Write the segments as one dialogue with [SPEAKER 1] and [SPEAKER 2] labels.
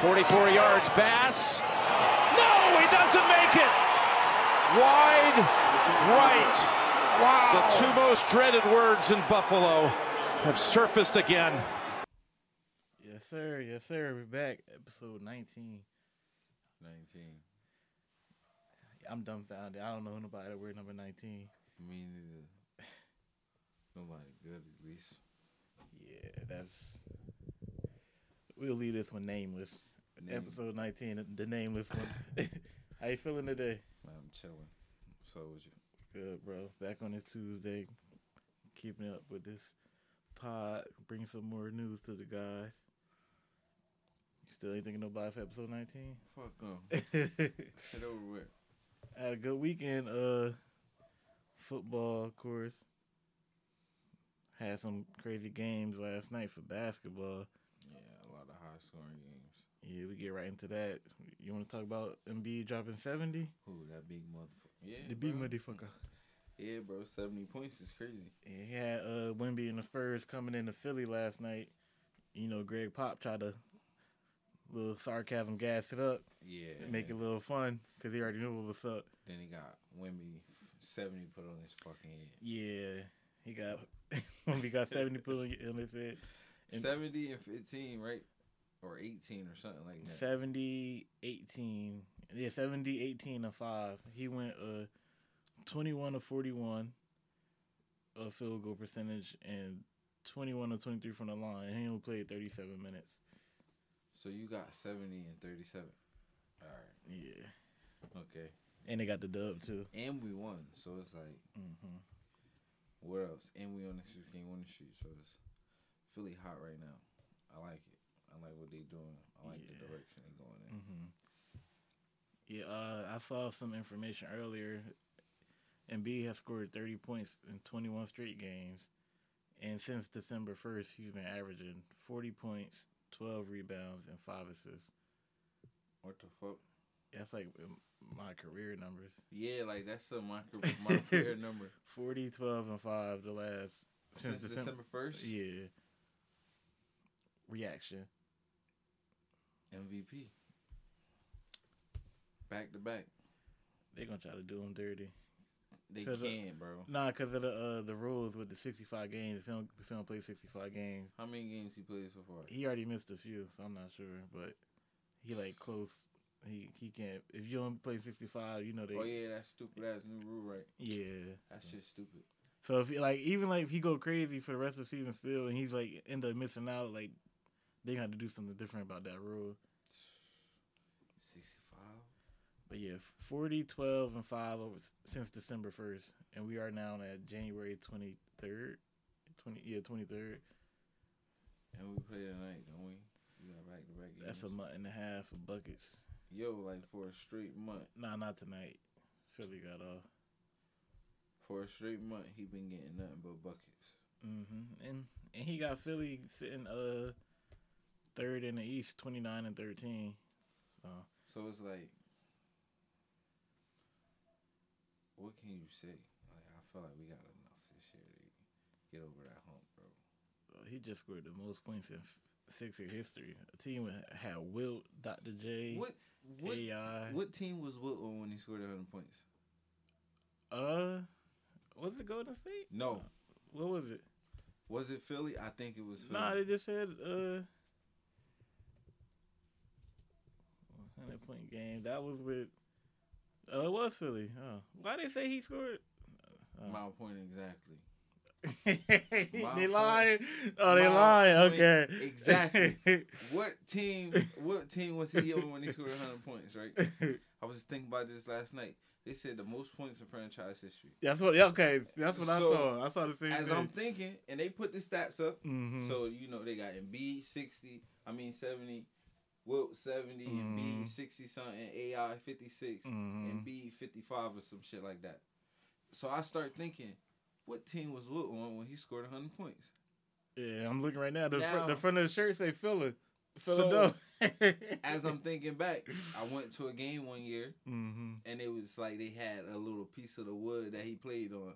[SPEAKER 1] 44 yards. Bass. No, he doesn't make it. Wide right. Wow. The two most dreaded words in Buffalo have surfaced again.
[SPEAKER 2] Yes, sir. Yes, sir. We're back. Episode 19.
[SPEAKER 3] 19.
[SPEAKER 2] I'm dumbfounded. I don't know nobody that wear number 19.
[SPEAKER 3] Me neither. Nobody good, at least.
[SPEAKER 2] Yeah, that's. We'll leave this one nameless.
[SPEAKER 3] Name-
[SPEAKER 2] Episode 19, the nameless one. How you feeling today?
[SPEAKER 3] I'm chilling. So was you.
[SPEAKER 2] Good, bro. Back on this Tuesday. Keeping up with this pod. Bring some more news to the guys. You still ain't thinking nobody for episode 19?
[SPEAKER 3] Fuck no. Get over with.
[SPEAKER 2] had a good weekend. Uh, football, of course. Had some crazy games last night for basketball.
[SPEAKER 3] Yeah, a lot of high scoring games.
[SPEAKER 2] Yeah, we get right into that. You want to talk about Embiid dropping seventy?
[SPEAKER 3] Who that big motherfucker? Yeah,
[SPEAKER 2] The big
[SPEAKER 3] bro.
[SPEAKER 2] motherfucker.
[SPEAKER 3] Yeah, bro. Seventy points is crazy.
[SPEAKER 2] Yeah, he had uh Wimby and the Spurs coming into Philly last night. You know, Greg Pop tried to little sarcasm gas it up,
[SPEAKER 3] Yeah.
[SPEAKER 2] make it a little fun because he already knew what was up.
[SPEAKER 3] Then he got Wimby seventy put on his fucking head.
[SPEAKER 2] Yeah, he got Wimby got seventy pulling on his head. And-
[SPEAKER 3] Seventy and fifteen, right? Or eighteen or something like that.
[SPEAKER 2] 70 18 yeah 70 18 and 5 he went uh 21 to 41 a field goal percentage and 21 to 23 from the line he only played 37 minutes
[SPEAKER 3] So you got seventy and thirty-seven. All right.
[SPEAKER 2] yeah
[SPEAKER 3] Okay.
[SPEAKER 2] and they got the dub too
[SPEAKER 3] And we won. So it's like.
[SPEAKER 2] mm-hmm.
[SPEAKER 3] What else? And we on the six game winning streak, so it's Philly hot right now. I like it. I like what they doing. I like
[SPEAKER 2] Yeah.
[SPEAKER 3] the direction they going in.
[SPEAKER 2] Mm-hmm. yeah uh, i saw some information earlier and b has scored 30 points in 21 straight games and since december 1st he's been averaging 40 points 12 rebounds and 5 assists
[SPEAKER 3] What the fuck?
[SPEAKER 2] That's like um, my career numbers.
[SPEAKER 3] Yeah, like that's some my career, my career number
[SPEAKER 2] 40, 12, and 5 the last.
[SPEAKER 3] since, December first.
[SPEAKER 2] Yeah. Reaction.
[SPEAKER 3] MVP. Back to back.
[SPEAKER 2] They're going to try to do him dirty.
[SPEAKER 3] They
[SPEAKER 2] 'Cause, uh,
[SPEAKER 3] can, bro.
[SPEAKER 2] Nah, because of the, uh, the rules with the 65 games. If he don't, if he don't play 65 games,
[SPEAKER 3] How many games he played so far?
[SPEAKER 2] he already missed a few, so I'm not sure. But he, like, close. He he can't. If you don't play 65, you know they.
[SPEAKER 3] oh yeah, that stupid ass new rule, right?
[SPEAKER 2] yeah.
[SPEAKER 3] That shit stupid.
[SPEAKER 2] So if he, like even like if he go crazy for the rest of the season still and he's like end up missing out, like they got to do something different about that rule.
[SPEAKER 3] Sixty five.
[SPEAKER 2] But yeah, 40, 12, and five over since December first, and we are now at January twenty third, twenty yeah twenty third.
[SPEAKER 3] And we play tonight, don't we? We got back to back games.
[SPEAKER 2] That's a month and a half of buckets.
[SPEAKER 3] Yo, like for a straight month.
[SPEAKER 2] Nah, not tonight. Philly got off.
[SPEAKER 3] For a straight month, he been getting nothing but buckets.
[SPEAKER 2] Mm-hmm. And and he got Philly sitting uh third in the East, twenty nine and thirteen. So
[SPEAKER 3] So it's like, what can you say? Like, I feel like we got enough this year to get over that hump, bro.
[SPEAKER 2] Uh, He just scored the most points in Sixer history. A team with- had Wilt, Dr. J,
[SPEAKER 3] What what
[SPEAKER 2] AI.
[SPEAKER 3] what team was Wilt on when he scored 100 points?
[SPEAKER 2] Uh, was it Golden State?
[SPEAKER 3] No,
[SPEAKER 2] What was it?
[SPEAKER 3] was it Philly? I think it was Philly.
[SPEAKER 2] Nah, they just said uh, hundred point game. That was with. Oh, it was Philly. Oh, why they say he scored? Uh,
[SPEAKER 3] my point exactly.
[SPEAKER 2] they
[SPEAKER 3] point.
[SPEAKER 2] lying. Oh, they
[SPEAKER 3] My
[SPEAKER 2] lying.
[SPEAKER 3] point
[SPEAKER 2] Okay.
[SPEAKER 3] exactly. What team? what team was he on when he scored 100 points? Right. I was thinking about this last night. They said the most points in franchise history.
[SPEAKER 2] that's what. yeah, Okay. That's what I
[SPEAKER 3] So,
[SPEAKER 2] saw. I saw the same
[SPEAKER 3] As
[SPEAKER 2] thing.
[SPEAKER 3] I'm thinking, and they put the stats up.
[SPEAKER 2] Mhm.
[SPEAKER 3] So you know they got Embiid sixty, I mean seventy, Wilt seventy,
[SPEAKER 2] Mhm.
[SPEAKER 3] Embiid sixty something, AI fifty
[SPEAKER 2] Mhm.
[SPEAKER 3] and Embiid fifty five or some shit like that. So I start thinking, what team was Wilt on when he scored hundred points?
[SPEAKER 2] Yeah, I'm looking right now. The, fr-
[SPEAKER 3] Now-
[SPEAKER 2] the front of the shirt say Philly.
[SPEAKER 3] So,
[SPEAKER 2] Philadelphia.
[SPEAKER 3] As I'm thinking back, I went to a game one year
[SPEAKER 2] mm-hmm.
[SPEAKER 3] and it was like they had a little piece of the wood that he played on.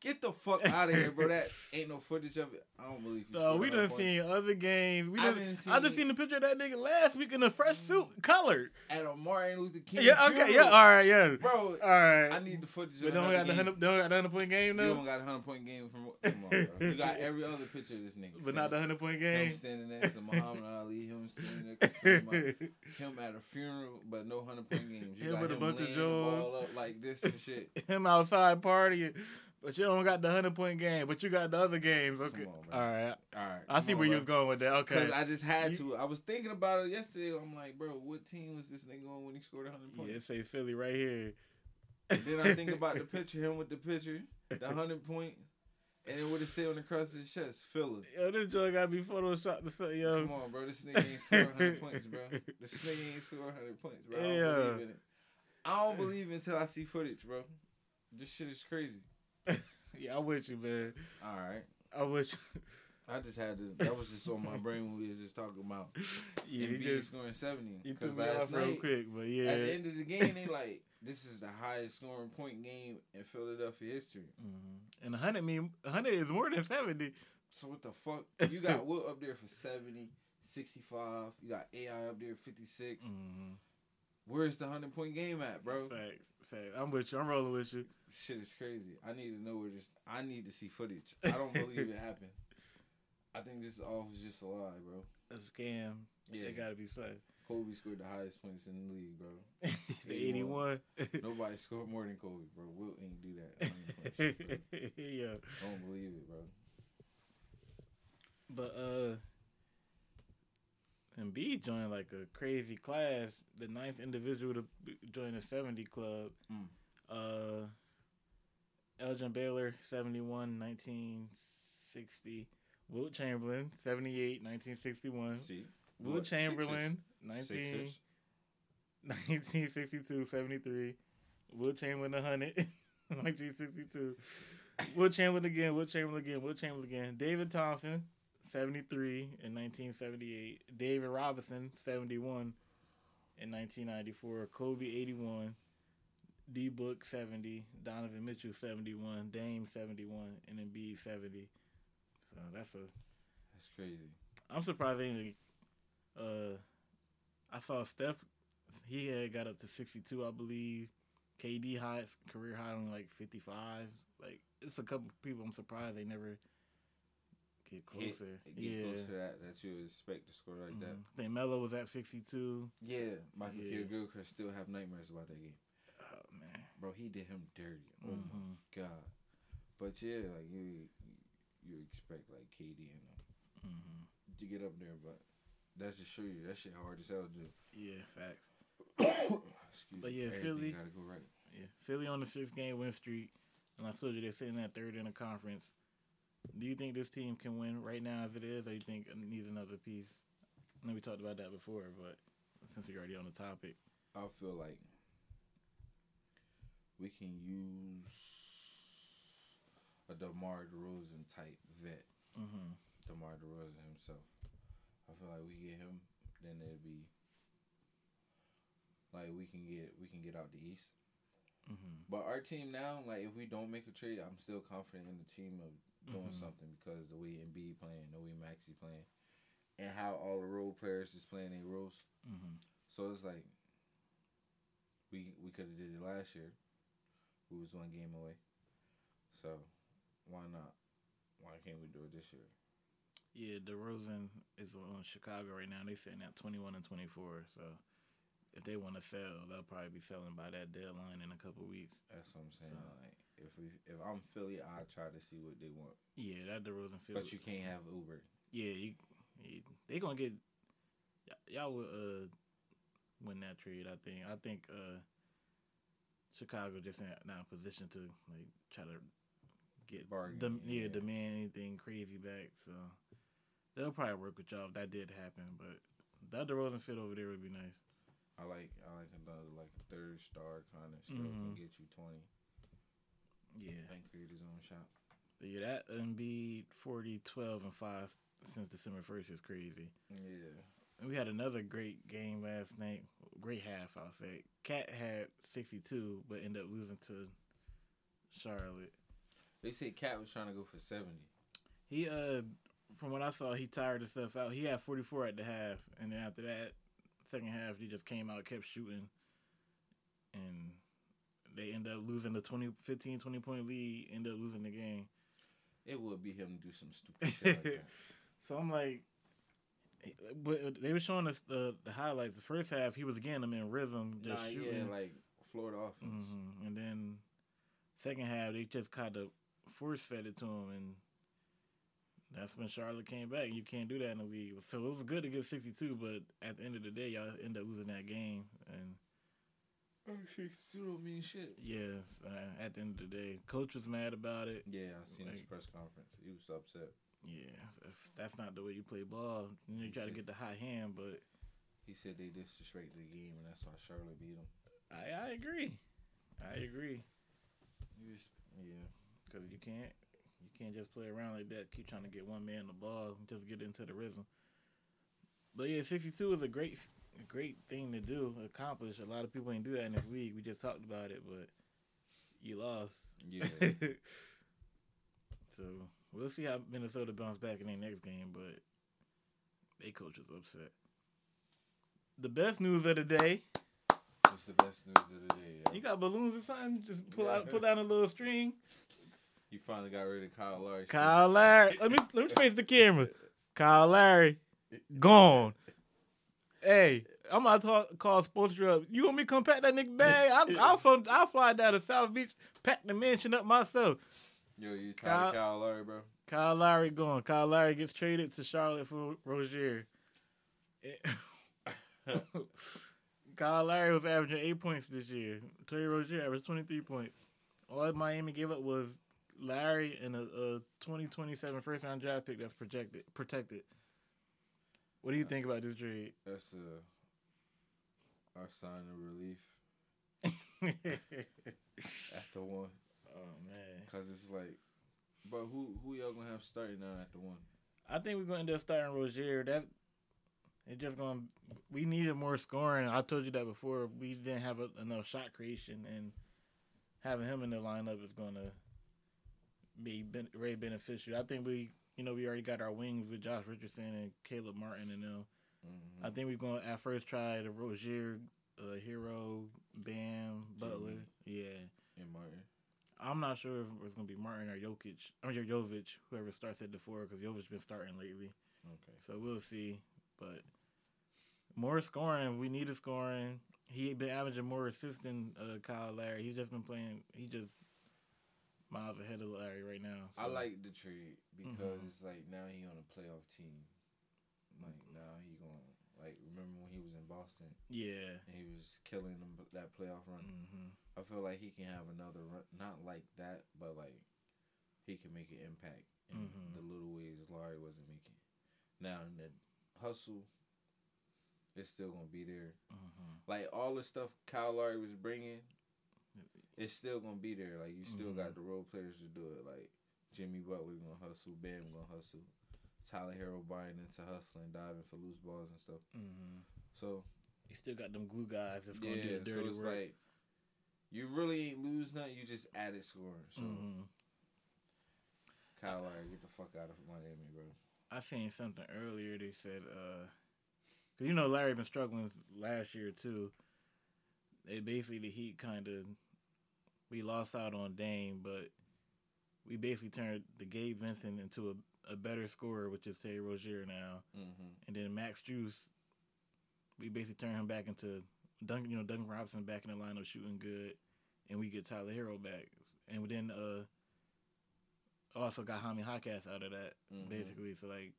[SPEAKER 3] Get the fuck out of here, bro. That ain't no footage of it. I don't believe you.
[SPEAKER 2] So
[SPEAKER 3] scored
[SPEAKER 2] we done
[SPEAKER 3] 100
[SPEAKER 2] seen other games. We
[SPEAKER 3] I
[SPEAKER 2] done,
[SPEAKER 3] didn't
[SPEAKER 2] I just
[SPEAKER 3] see- Mm.
[SPEAKER 2] seen the picture of that nigga last week in a fresh suit, colored.
[SPEAKER 3] points at a Martin Luther King.
[SPEAKER 2] Yeah, okay, yeah,
[SPEAKER 3] funeral.
[SPEAKER 2] all right, yeah,
[SPEAKER 3] bro.
[SPEAKER 2] all right.
[SPEAKER 3] I need the footage.
[SPEAKER 2] But
[SPEAKER 3] of
[SPEAKER 2] don't
[SPEAKER 3] another
[SPEAKER 2] got the
[SPEAKER 3] game.
[SPEAKER 2] hundred, don't got the hundred point game
[SPEAKER 3] You
[SPEAKER 2] though.
[SPEAKER 3] don't got a hundred point game from. Come on, bro. You got every other picture of this nigga.
[SPEAKER 2] but not the hundred point
[SPEAKER 3] Him
[SPEAKER 2] game.
[SPEAKER 3] standing next to Muhammad Ali, him standing next to Muhammad- him at a funeral, but no hundred point games. You
[SPEAKER 2] Him
[SPEAKER 3] got
[SPEAKER 2] with a
[SPEAKER 3] him
[SPEAKER 2] bunch of
[SPEAKER 3] laying the
[SPEAKER 2] Joes.
[SPEAKER 3] ball up like this and shit.
[SPEAKER 2] Him outside partying, but you don't got the hundred point game. But you got the other games. Okay,
[SPEAKER 3] Come on, bro.
[SPEAKER 2] all right.
[SPEAKER 3] All right,
[SPEAKER 2] I see where you was going with that. Okay,
[SPEAKER 3] Because I just had
[SPEAKER 2] You-
[SPEAKER 3] to. I was thinking about it yesterday. I'm like, bro, what team was this nigga on when he scored 100
[SPEAKER 2] yeah,
[SPEAKER 3] points?
[SPEAKER 2] it say Philly right here.
[SPEAKER 3] And then I think about the picture, him with the picture, the 100 point, and then what it said on the cross of his chest, Philly.
[SPEAKER 2] Yo, this joint gotta be photoshopped to say, yo.
[SPEAKER 3] Come on, bro. This nigga ain't scored 100 points, bro. This nigga ain't scored 100 points, bro. I don't
[SPEAKER 2] Yeah.
[SPEAKER 3] believe in it. I don't believe until I see footage, bro. This shit is crazy.
[SPEAKER 2] Yeah, I'm with you, man.
[SPEAKER 3] All right.
[SPEAKER 2] I'm with you.
[SPEAKER 3] I just had to. That was just on my brain when we was just talking about
[SPEAKER 2] Yeah, he
[SPEAKER 3] Embiid
[SPEAKER 2] just
[SPEAKER 3] scoring 70.
[SPEAKER 2] he threw
[SPEAKER 3] Because
[SPEAKER 2] me
[SPEAKER 3] last
[SPEAKER 2] off real
[SPEAKER 3] night,
[SPEAKER 2] quick, but yeah.
[SPEAKER 3] At the end of the game, they like, this is the highest scoring point game in Philadelphia history.
[SPEAKER 2] Mm-hmm. And 100 mean 100 is more than 70.
[SPEAKER 3] So what the fuck? You got Will up there for 70, 65. You got AI up there 56. Where's the 100 point game at, bro?
[SPEAKER 2] Facts, facts. I'm with you. I'm rolling with you.
[SPEAKER 3] Shit is crazy. I need to know where this. I need to see footage. I don't believe it happened. I think this all was just a lie, bro.
[SPEAKER 2] A scam.
[SPEAKER 3] Yeah,
[SPEAKER 2] It gotta be safe.
[SPEAKER 3] Kobe scored the highest points in the league, bro.
[SPEAKER 2] the 81.
[SPEAKER 3] Nobody scored more than Kobe, bro. Will ain't do that. 100 points, bro.
[SPEAKER 2] yeah.
[SPEAKER 3] I don't believe it, bro.
[SPEAKER 2] But uh and B joined like a crazy class, the ninth individual to b- join the 70 club.
[SPEAKER 3] Mm.
[SPEAKER 2] Uh Elgin Baylor 71 1960. Wilt Chamberlain 78 1961.
[SPEAKER 3] See,
[SPEAKER 2] Will
[SPEAKER 3] What?
[SPEAKER 2] Chamberlain, 19,
[SPEAKER 3] Sixers.
[SPEAKER 2] 1962, 73. Will Chamberlain, 100, 1962. Will Chamberlain again, Will Chamberlain again, Will Chamberlain again. David Thompson, 73 in 1978. David Robinson, 71 in 1994. Kobe, 81. D Book, 70. Donovan Mitchell, 71. Dame, 71. And then B, 70. So that's a
[SPEAKER 3] That's crazy.
[SPEAKER 2] I'm surprised they didn't. Uh, I saw Steph. He had got up to 62, I believe. KD high career high on like 55. Like it's a couple people. I'm surprised they never get
[SPEAKER 3] Hit-
[SPEAKER 2] closer.
[SPEAKER 3] Get
[SPEAKER 2] yeah.
[SPEAKER 3] close to that that you would expect to score like that.
[SPEAKER 2] Mhm. I think Melo was at 62.
[SPEAKER 3] Yeah, Michael
[SPEAKER 2] Mm-hmm. Yeah.
[SPEAKER 3] Kidd Gilchrist still have nightmares about that game,
[SPEAKER 2] Oh man.
[SPEAKER 3] bro. He did him dirty. Oh
[SPEAKER 2] Mhm.
[SPEAKER 3] my god. But yeah, like you, you expect like KD and them
[SPEAKER 2] Mhm.
[SPEAKER 3] to get up there, but that's just show you that shit hard as hell to do.
[SPEAKER 2] Yeah, facts.
[SPEAKER 3] Excuse
[SPEAKER 2] But
[SPEAKER 3] me,
[SPEAKER 2] yeah,
[SPEAKER 3] everything
[SPEAKER 2] Philly-
[SPEAKER 3] gotta go right.
[SPEAKER 2] Yeah, Philly on the six game win streak, and I told you they're sitting at third in the conference. Do you think this team can win right now as it is, or you think it needs another piece? I know we talked about that before, but since we're already on the topic,
[SPEAKER 3] I feel like we can use a Demar Derozan type vet.
[SPEAKER 2] mm-hmm.
[SPEAKER 3] DeMar DeRozan himself. I feel like we get him, then it'd be like we can get we can get out the East.
[SPEAKER 2] Mm-hmm.
[SPEAKER 3] But our team now, like if we don't make a trade, I'm still confident in the team of doing
[SPEAKER 2] Mhm.
[SPEAKER 3] something because the way Embiid playing, the way Maxi playing, and how all the role players is playing their roles.
[SPEAKER 2] Mm-hmm.
[SPEAKER 3] So it's like we we could have did it last year. We was one game away. So why not? Why can't we do it this year?
[SPEAKER 2] Yeah, DeRozan is on Chicago right now. They're sitting at twenty one and twenty four. So if they want to sell, they'll probably be selling by that deadline in a couple weeks.
[SPEAKER 3] That's what I'm saying.
[SPEAKER 2] So-
[SPEAKER 3] like if we, if I'm Philly, I try to see what they want.
[SPEAKER 2] Yeah, that DeRozan feels.
[SPEAKER 3] But you can't have Uber.
[SPEAKER 2] Yeah, you, you, they gonna get y- y'all will uh, win that trade. I think. I think uh, Chicago just ain't not in position to like try to get
[SPEAKER 3] Bargain,
[SPEAKER 2] dem- yeah,
[SPEAKER 3] yeah.
[SPEAKER 2] demand anything crazy back. So they'll probably work with y'all if that did happen. But that DeRozan fit over there would be nice.
[SPEAKER 3] I like I like another like a third star kind of stuff
[SPEAKER 2] Mhm.
[SPEAKER 3] can get you twenty
[SPEAKER 2] Yeah,
[SPEAKER 3] and create his own shop.
[SPEAKER 2] but yeah, that Embiid 40, 12, and five since December first is crazy.
[SPEAKER 3] Yeah.
[SPEAKER 2] And we had another great game last night. Great half, I'll say. Cat had 62, but ended up losing to Charlotte.
[SPEAKER 3] They say Cat was trying to go for seventy.
[SPEAKER 2] He uh, from what I saw, he tired himself out. He had 44 at the half, and then after that second half, he just came out, kept shooting, and they end up losing the 20, 15, 20 point lead. End up losing the game.
[SPEAKER 3] It would be him to do some stupid shit like that.
[SPEAKER 2] So I'm like, but they were showing us the, the highlights. The first half, he was getting them in rhythm, just
[SPEAKER 3] nah,
[SPEAKER 2] shooting.
[SPEAKER 3] yeah, like Florida offense.
[SPEAKER 2] hmm And then second half, they just kind of force fed it to him, and that's when Charlotte came back. You can't do that in the league. So it was good to get 62, but at the end of the day, y'all end up losing that game. And
[SPEAKER 3] Actually, Oh, still don't mean shit.
[SPEAKER 2] yes, uh, at the end of the day, coach was mad about it.
[SPEAKER 3] Yeah, I seen his
[SPEAKER 2] Like-
[SPEAKER 3] press conference. He was upset.
[SPEAKER 2] Yeah, that's, that's not the way you play ball. You try to get the hot hand, but
[SPEAKER 3] He said they disrespected the game, and that's why Charlotte beat them.
[SPEAKER 2] I, I agree. I agree.
[SPEAKER 3] You just, yeah.
[SPEAKER 2] Because you can't you can't just play around like that. Keep trying to get one man the ball, just get into the rhythm. But yeah, sixty two is a great a great thing to do, accomplish. A lot of people ain't do that in this league. We just talked about it, but you lost.
[SPEAKER 3] Yeah.
[SPEAKER 2] so we'll see how Minnesota bounce back in their next game, but they coach is upset. The best news of the day.
[SPEAKER 3] What's the best news of the day?
[SPEAKER 2] You
[SPEAKER 3] You,
[SPEAKER 2] got balloons or something? Just pull out pull down a little string.
[SPEAKER 3] you finally got rid of Kyle Lowry.
[SPEAKER 2] Kyle Larry. Let me let me face the camera. Kyle Larry gone. Hey, I'm about to talk, call Sports Drug. You want me to come pack that nigga bag? I, I'll, from, I'll fly down to South Beach, pack the mansion up myself.
[SPEAKER 3] Yo, you tired
[SPEAKER 2] Kyle-
[SPEAKER 3] of Kyle Lowry, bro?
[SPEAKER 2] Kyle Lowry gone. Kyle Lowry gets traded to Charlotte for Rozier. Eh, Kyle Lowry was averaging eight points this year. Terry Rozier averaged twenty three points. All Miami gave up was Larry and a, a 2027 first round draft pick that's projected protected. What do you think about this trade?
[SPEAKER 3] That's a our sign of relief
[SPEAKER 2] oh
[SPEAKER 3] after one,
[SPEAKER 2] man,
[SPEAKER 3] cause it's like, but who who y'all gonna have starting now after one?
[SPEAKER 2] I think we're gonna end up starting Rozier. That it just gonna we needed more scoring. I told you that before. We didn't have a, enough shot creation, and having him in the lineup is gonna be ben, very beneficial. I think we, you know, we already got our wings with Josh Richardson and Caleb Martin and them.
[SPEAKER 3] Mm-hmm.
[SPEAKER 2] I think we're gonna at first try the Rozier, uh, Hero, Bam, Butler.
[SPEAKER 3] Jimmy.
[SPEAKER 2] Yeah,
[SPEAKER 3] Mm-hmm. And Martin.
[SPEAKER 2] I'm not sure if it's gonna be Martin or Jokic. I mean, or Jovic, whoever starts at the four, because Jovic been starting lately.
[SPEAKER 3] Okay.
[SPEAKER 2] So we'll see. But more scoring. We needed scoring. He been averaging more assists than uh, Kyle Larry. He's just been playing. He just miles ahead of Larry right now.
[SPEAKER 3] I
[SPEAKER 2] So,
[SPEAKER 3] like the trade because
[SPEAKER 2] Mhm.
[SPEAKER 3] it's like now he on a playoff team. Like now he gonna like remember when he was in Boston
[SPEAKER 2] Yeah.
[SPEAKER 3] and he was killing them that playoff run.
[SPEAKER 2] hmm
[SPEAKER 3] I feel like he can have another run, not like that, but like he can make an impact in
[SPEAKER 2] Mhm.
[SPEAKER 3] the little ways Larry wasn't making. Now the hustle is still gonna be there.
[SPEAKER 2] hmm
[SPEAKER 3] Like all the stuff Kyle Larry was bringing, it's still gonna be there. Like you still got the role players to do it. Like Jimmy Butler gonna hustle, Bam gonna hustle, Tyler Hero buying into hustling, diving for loose balls and stuff.
[SPEAKER 2] hmm
[SPEAKER 3] So
[SPEAKER 2] You still got them glue guys that's gonna
[SPEAKER 3] yeah,
[SPEAKER 2] do the dirty
[SPEAKER 3] so it's
[SPEAKER 2] work.
[SPEAKER 3] like you really ain't lose nothing. You just added scoring. So.
[SPEAKER 2] hmm
[SPEAKER 3] Kyle Lowry, get the fuck out of Miami, bro.
[SPEAKER 2] I seen something earlier. They said, uh, 'cause you know Larry been struggling last year too. They basically the Heat kind of we lost out on Dame, but we basically turned the Gabe Vincent into a, a better scorer, which is Terry Rozier now,
[SPEAKER 3] Mm-hmm.
[SPEAKER 2] and then Max Juice. We basically turned him back into Duncan, you know, Duncan Robinson back in the lineup shooting good, and we get Tyler Hero back, and then uh, also got Hami Hotcast out of that
[SPEAKER 3] Mhm.
[SPEAKER 2] basically. So like,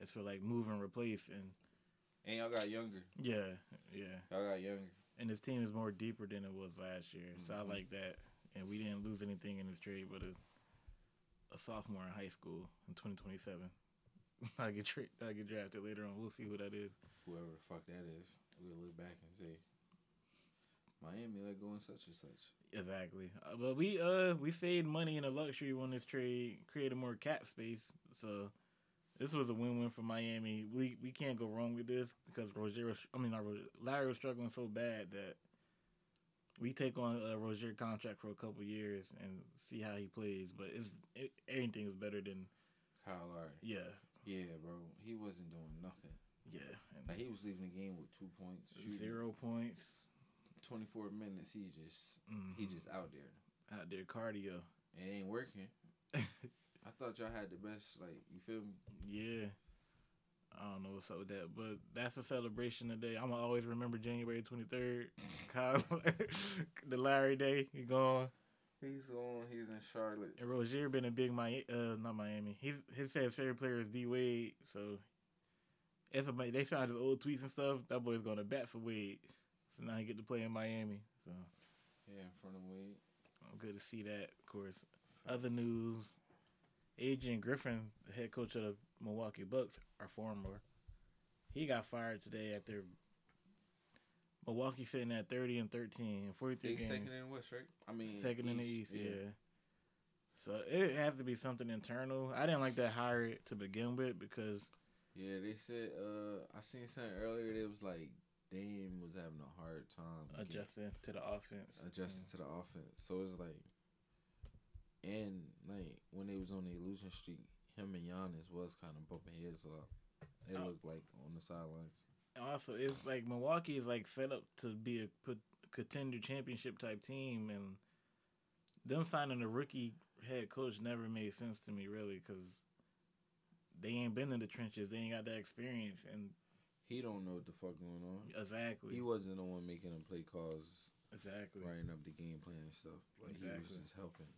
[SPEAKER 2] it's for like move and replace, and
[SPEAKER 3] And y'all got younger.
[SPEAKER 2] yeah, yeah.
[SPEAKER 3] Y'all got younger.
[SPEAKER 2] And this team is more deeper than it was last year, so I
[SPEAKER 3] Mhm.
[SPEAKER 2] like that. And we didn't lose anything in this trade, but a, a sophomore in high school in 2027. I get tra- I get drafted later on. We'll see who that is.
[SPEAKER 3] Whoever the fuck that is, we'll look back and say, Miami let go and such and such.
[SPEAKER 2] Exactly. Uh, but we uh we saved money in a luxury on this trade, created more cap space. So this was a win win for Miami. We we can't go wrong with this because Roger was, I mean not Roger, Larry was struggling so bad that we take on a Rozier contract for a couple years and see how he plays. But it's it, everything is better than
[SPEAKER 3] Kyle Lowry.
[SPEAKER 2] yeah,
[SPEAKER 3] Yeah, bro. He wasn't doing nothing.
[SPEAKER 2] yeah.
[SPEAKER 3] Like
[SPEAKER 2] And
[SPEAKER 3] he was leaving the game with two points, shooting
[SPEAKER 2] zero points
[SPEAKER 3] twenty four minutes. He just he
[SPEAKER 2] Mhm.
[SPEAKER 3] just out there.
[SPEAKER 2] out there cardio.
[SPEAKER 3] It ain't working. I thought y'all had the best. Like you feel me?
[SPEAKER 2] Yeah. I don't know what's up with that, but that's a celebration today. I'm gonna always remember January 23rd, Kyle, the Larry Day. He gone.
[SPEAKER 3] He's on. He's in Charlotte.
[SPEAKER 2] And Rozier been a big Miami, uh, not Miami. He's his said his favorite player is D Wade, so if a, they found his old tweets and stuff, that boy's going to bat for Wade. So now he get to play in Miami. So
[SPEAKER 3] Yeah, in front of Wade.
[SPEAKER 2] I'm good to see that. Of course, other news: Adrian Griffin, the head coach of the Milwaukee Bucks, our former, he got fired today after Milwaukee sitting at 30 and 13 and 43
[SPEAKER 3] They
[SPEAKER 2] games.
[SPEAKER 3] second in the West, right? I mean,
[SPEAKER 2] second in the East, yeah. So it has to be something internal. I didn't like that hire to begin with because
[SPEAKER 3] Yeah, they said. Uh, I seen something earlier. They was like Dame was having a hard time getting-
[SPEAKER 2] adjusting to the offense.
[SPEAKER 3] adjusting to the offense. So it's like, and like when they was on the illusion streak, him and Giannis was kind of bumping heads a lot. They
[SPEAKER 2] Oh.
[SPEAKER 3] looked like on the sidelines.
[SPEAKER 2] And also, it's like Milwaukee is like set up to be a pot- contender championship type team, and them signing a rookie head coach never made sense to me really because they ain't been in the trenches, they ain't got that experience, and
[SPEAKER 3] He don't know what the fuck going on.
[SPEAKER 2] exactly,
[SPEAKER 3] He wasn't the one making the play calls,
[SPEAKER 2] exactly,
[SPEAKER 3] writing up the game plan and stuff. Like he was
[SPEAKER 2] Exactly.
[SPEAKER 3] just helping.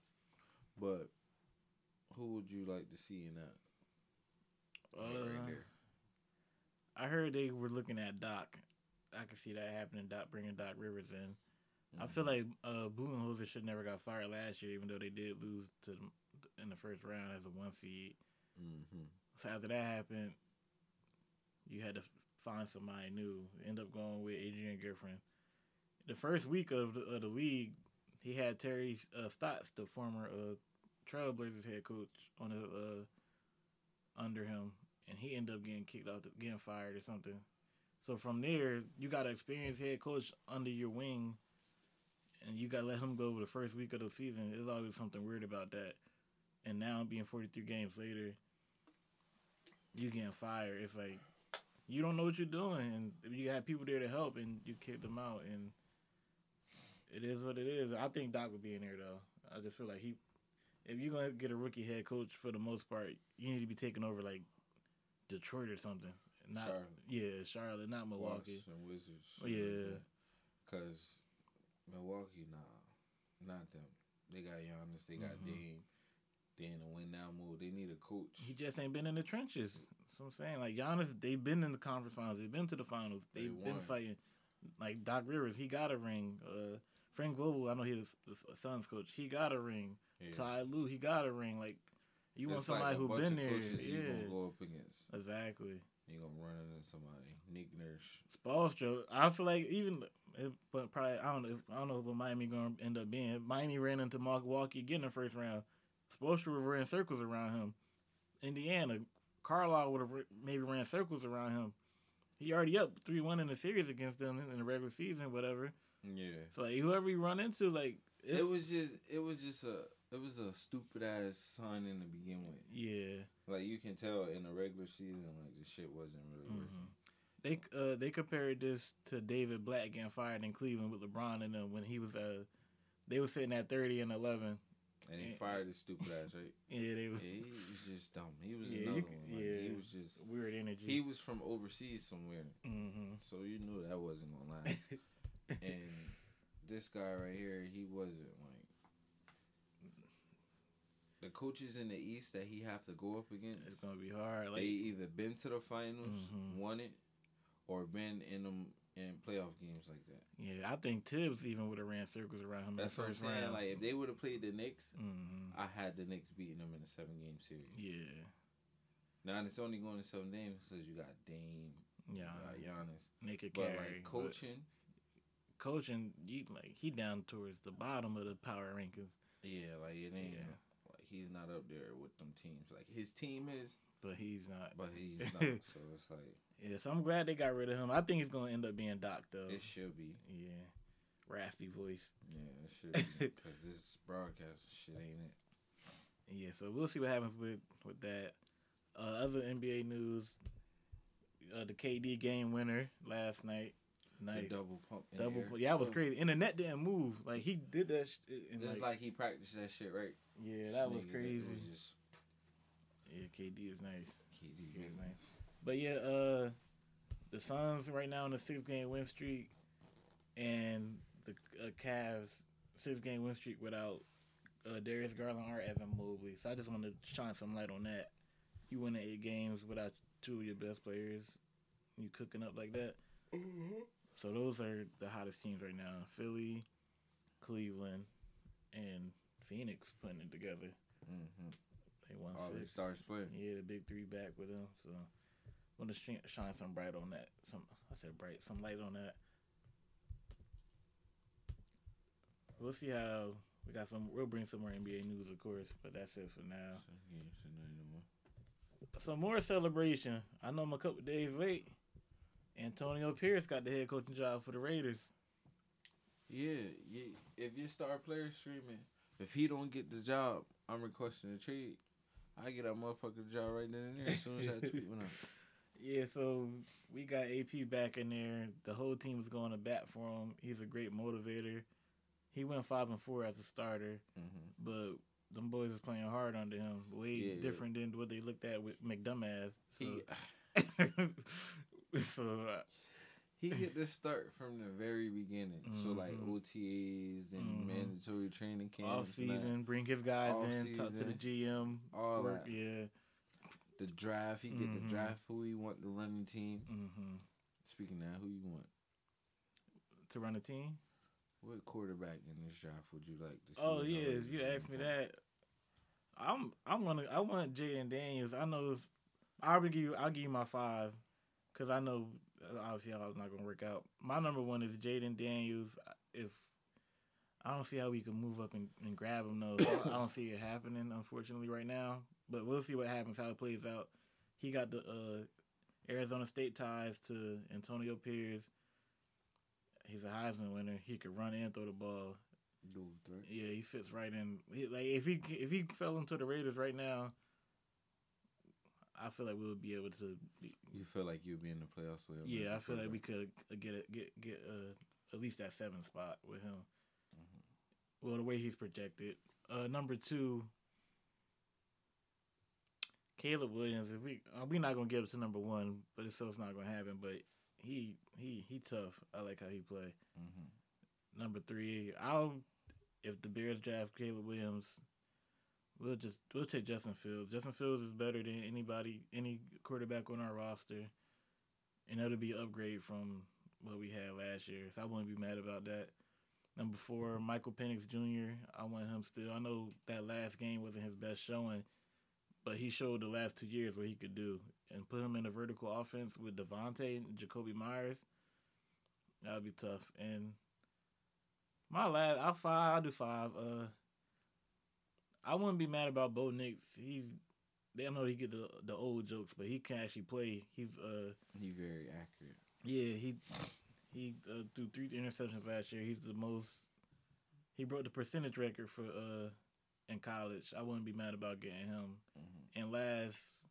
[SPEAKER 3] But who would you like to see in that? Like,
[SPEAKER 2] Uh,
[SPEAKER 3] right there.
[SPEAKER 2] I heard they were looking at Doc. I could see that happening. Doc bringing Doc Rivers in. I feel like uh, Budenholzer should never got fired last year, even though they did lose to the- in the first round as a one seed.
[SPEAKER 3] hmm
[SPEAKER 2] So after that happened, you had to find somebody new. End up going with Adrian Griffin. The first week of the, of the league, he had Terry uh, Stotts, the former uh, Trailblazers head coach, on the, uh, under him, and he ended up getting kicked out, the, getting fired or something. So from there, you got an experienced head coach under your wing, and you got to let him go the first week of the season. There's always something weird about that. And now being 43 games later, you getting fired. It's like you don't know what you're doing, and you had people there to help, and you kicked them out, and it is what it is. I think Doc would be in there though. I just feel like he, if you're gonna get a rookie head coach for the most part, you need to be taking over like Detroit or something, not
[SPEAKER 3] Charlotte.
[SPEAKER 2] yeah Charlotte, not Milwaukee.
[SPEAKER 3] Bucks and Wizards.
[SPEAKER 2] Oh, yeah.
[SPEAKER 3] Because Milwaukee, nah. Not them. They got Giannis. They got
[SPEAKER 2] Mhm.
[SPEAKER 3] Dame. They in a win now mode. They need a coach.
[SPEAKER 2] He just ain't been in the trenches. That's what I'm saying. Like Giannis, they've been in the conference finals. They've been to the finals.
[SPEAKER 3] They
[SPEAKER 2] They've been
[SPEAKER 3] won.
[SPEAKER 2] fighting. Like Doc Rivers, he got a ring. Uh, Frank Vogel, I know he's a Suns coach. He got a ring.
[SPEAKER 3] Yeah.
[SPEAKER 2] Ty Lue, he got a ring. Like you want
[SPEAKER 3] It's like
[SPEAKER 2] somebody
[SPEAKER 3] a
[SPEAKER 2] who
[SPEAKER 3] bunch
[SPEAKER 2] been
[SPEAKER 3] of
[SPEAKER 2] there.
[SPEAKER 3] coaches You gonna
[SPEAKER 2] Yeah,
[SPEAKER 3] go up against.
[SPEAKER 2] exactly.
[SPEAKER 3] You gonna run into somebody. Nick Nurse.
[SPEAKER 2] Spoelstra, I feel like even, if, but probably I don't know. If, I don't know what Miami going to end up being. Miami ran into Milwaukee again in the first round. Spoelstra ran circles around him. Indiana, Carlisle would have maybe ran circles around him. He already up three one in the series against them in the regular season, whatever.
[SPEAKER 3] Yeah.
[SPEAKER 2] So like whoever you run into, like it's,
[SPEAKER 3] it was just. It was just a. It was a stupid ass signing to begin with.
[SPEAKER 2] yeah.
[SPEAKER 3] Like you can tell in the regular season, like the shit wasn't really working.
[SPEAKER 2] Mhm. They uh they compared this to David Black getting fired in Cleveland with LeBron and them when he was uh they were sitting at thirty and eleven.
[SPEAKER 3] And he
[SPEAKER 2] Yeah.
[SPEAKER 3] fired his stupid ass, right?
[SPEAKER 2] Yeah, they was
[SPEAKER 3] yeah, he was just dumb. He was
[SPEAKER 2] Yeah, you
[SPEAKER 3] another
[SPEAKER 2] c-
[SPEAKER 3] one. Like, He
[SPEAKER 2] yeah.
[SPEAKER 3] was just.
[SPEAKER 2] weird energy.
[SPEAKER 3] He was from overseas somewhere,
[SPEAKER 2] hmm
[SPEAKER 3] so you knew that wasn't gonna last. and this guy right here, he wasn't like the coaches in the East that he have to go up
[SPEAKER 2] it's
[SPEAKER 3] against.
[SPEAKER 2] gonna be hard.
[SPEAKER 3] they
[SPEAKER 2] Like
[SPEAKER 3] either been to the finals,
[SPEAKER 2] Mhm.
[SPEAKER 3] won it, or been in them in playoff games like that.
[SPEAKER 2] yeah, I think Tibbs even would have ran circles around him.
[SPEAKER 3] That's
[SPEAKER 2] in the
[SPEAKER 3] what I'm
[SPEAKER 2] Mm, first
[SPEAKER 3] saying.
[SPEAKER 2] round.
[SPEAKER 3] Like if they would have played the Knicks,
[SPEAKER 2] hmm
[SPEAKER 3] I had the Knicks beating them in a seven game series.
[SPEAKER 2] yeah,
[SPEAKER 3] Now it's only going to seven games because you got Dame,
[SPEAKER 2] yeah,
[SPEAKER 3] you got Giannis,
[SPEAKER 2] they could
[SPEAKER 3] but
[SPEAKER 2] carry.
[SPEAKER 3] like
[SPEAKER 2] but
[SPEAKER 3] coaching,
[SPEAKER 2] coaching, you like he down towards the bottom of the power rankings,
[SPEAKER 3] yeah, like it ain't.
[SPEAKER 2] Yeah.
[SPEAKER 3] Like he's not up there with them teams. Like his team is,
[SPEAKER 2] but he's not.
[SPEAKER 3] But he's not, so it's like
[SPEAKER 2] Yeah, so I'm glad they got rid of him. I think it's gonna end up being Doc though.
[SPEAKER 3] it should be.
[SPEAKER 2] Yeah. raspy voice.
[SPEAKER 3] Yeah, that shit. Because this broadcast shit ain't it.
[SPEAKER 2] Yeah, so we'll see what happens with with that. Uh, other NBA news: uh, the KD game winner last night. Nice
[SPEAKER 3] The double pump. in the
[SPEAKER 2] double.
[SPEAKER 3] air.
[SPEAKER 2] play- Yeah, that was crazy. And the net didn't move. Like he did that. Sh- and
[SPEAKER 3] Just
[SPEAKER 2] like,
[SPEAKER 3] like he practiced that shit, right?
[SPEAKER 2] yeah, that was
[SPEAKER 3] Nigga,
[SPEAKER 2] crazy.
[SPEAKER 3] was just
[SPEAKER 2] yeah, KD is nice.
[SPEAKER 3] KD,
[SPEAKER 2] Yeah,
[SPEAKER 3] man.
[SPEAKER 2] nice. But yeah, uh, the Suns right now on a six-game win streak, and the uh, Cavs six-game win streak without uh, Darius Garland or Evan Mobley. So I just want to shine some light on that. You winning eight games without two of your best players, you cooking up like that. So those are the hottest teams right now: Philly, Cleveland, and Phoenix putting it together.
[SPEAKER 3] Mhm.
[SPEAKER 2] They won
[SPEAKER 3] All the
[SPEAKER 2] six.
[SPEAKER 3] stars playing.
[SPEAKER 2] Yeah, the big three back with them. So want to sh- shine some bright on that. Some I said bright, some light on that. We'll see how we got some. We'll bring some more NBA news, of course, but that's it for now.
[SPEAKER 3] So, yeah, so no, no more.
[SPEAKER 2] Some more celebration. I know I'm a couple days late. Antonio Pierce got the head coaching job for the Raiders.
[SPEAKER 3] Yeah, yeah. If your star player streaming, if he don't get the job, I'm requesting a trade. I get that motherfucking job right then and there as soon as that tweet went up.
[SPEAKER 2] Yeah, so we got AP back in there. The whole team was going to bat for him. He's a great motivator. He went five and four as a starter.
[SPEAKER 3] Mm-hmm.
[SPEAKER 2] but them boys is playing hard under him, way
[SPEAKER 3] Yeah, yeah.
[SPEAKER 2] different than what they looked at with McDumbass.
[SPEAKER 3] He
[SPEAKER 2] So, so uh,
[SPEAKER 3] he get to start from the very beginning. So like
[SPEAKER 2] Mhm.
[SPEAKER 3] OTAs and
[SPEAKER 2] Mhm.
[SPEAKER 3] mandatory training camps,
[SPEAKER 2] off
[SPEAKER 3] and that.
[SPEAKER 2] season, bring his guys
[SPEAKER 3] Off
[SPEAKER 2] in, talk to the
[SPEAKER 3] season.
[SPEAKER 2] GM,
[SPEAKER 3] All
[SPEAKER 2] work,
[SPEAKER 3] that.
[SPEAKER 2] yeah,
[SPEAKER 3] the draft. He get
[SPEAKER 2] Mhm.
[SPEAKER 3] the draft who he want to run the team.
[SPEAKER 2] hmm
[SPEAKER 3] Speaking of that, who you want?
[SPEAKER 2] to run a team.
[SPEAKER 3] What quarterback in this draft would you like to see?
[SPEAKER 2] Oh
[SPEAKER 3] in the
[SPEAKER 2] yeah, if
[SPEAKER 3] Raiders
[SPEAKER 2] you
[SPEAKER 3] at
[SPEAKER 2] ask
[SPEAKER 3] some
[SPEAKER 2] me
[SPEAKER 3] point?
[SPEAKER 2] that, I'm I'm gonna I want Jaden Daniels. I know it's, I'll give you I'll give you my five because I know uh, obviously how it's not gonna work out. My number one is Jaden Daniels. If I don't see how we can move up and, and grab him though, I don't see it happening unfortunately right now. But we'll see what happens how it plays out. He got the uh, Arizona State ties to Antonio Pierce. He's a Heisman winner. He could run and throw the ball.
[SPEAKER 3] Dual threat.
[SPEAKER 2] Yeah, he fits right in. He, like if he if he fell into the Raiders right now, I feel like we would be able to. Be,
[SPEAKER 3] You feel like you'll be in the playoffs with him? as
[SPEAKER 2] yeah,
[SPEAKER 3] a
[SPEAKER 2] I feel like we
[SPEAKER 3] quarterback?
[SPEAKER 2] could uh, get a, get get uh, at least that seven spot with him.
[SPEAKER 3] Mm-hmm.
[SPEAKER 2] Well, the way he's projected, uh, number two, Caleb Williams. If we uh, we not gonna get up to number one, but it's so it's not gonna happen. But he he he tough. I like how he play.
[SPEAKER 3] Mhm.
[SPEAKER 2] Number three, I'll if the Bears draft Caleb Williams, we'll just we'll take Justin Fields. Justin Fields is better than anybody, any quarterback on our roster, and that'll be an upgrade from what we had last year. So I wouldn't be mad about that. Number four, Michael Penix Jr. I want him still. I know that last game wasn't his best showing, but he showed the last two years what he could do, and put him in a vertical offense with Devontae and Jacoby Myers. That'd be tough. And my last, I'll five. I'll do five. Uh, I wouldn't be mad about Bo Nix. He's, they know he get the the old jokes, but he can actually play. He's uh,
[SPEAKER 3] He very accurate.
[SPEAKER 2] yeah, he he uh, threw three interceptions last year. He's the most. He broke the percentage record for uh in college. I wouldn't be mad about getting him.
[SPEAKER 3] Mhm.
[SPEAKER 2] And last,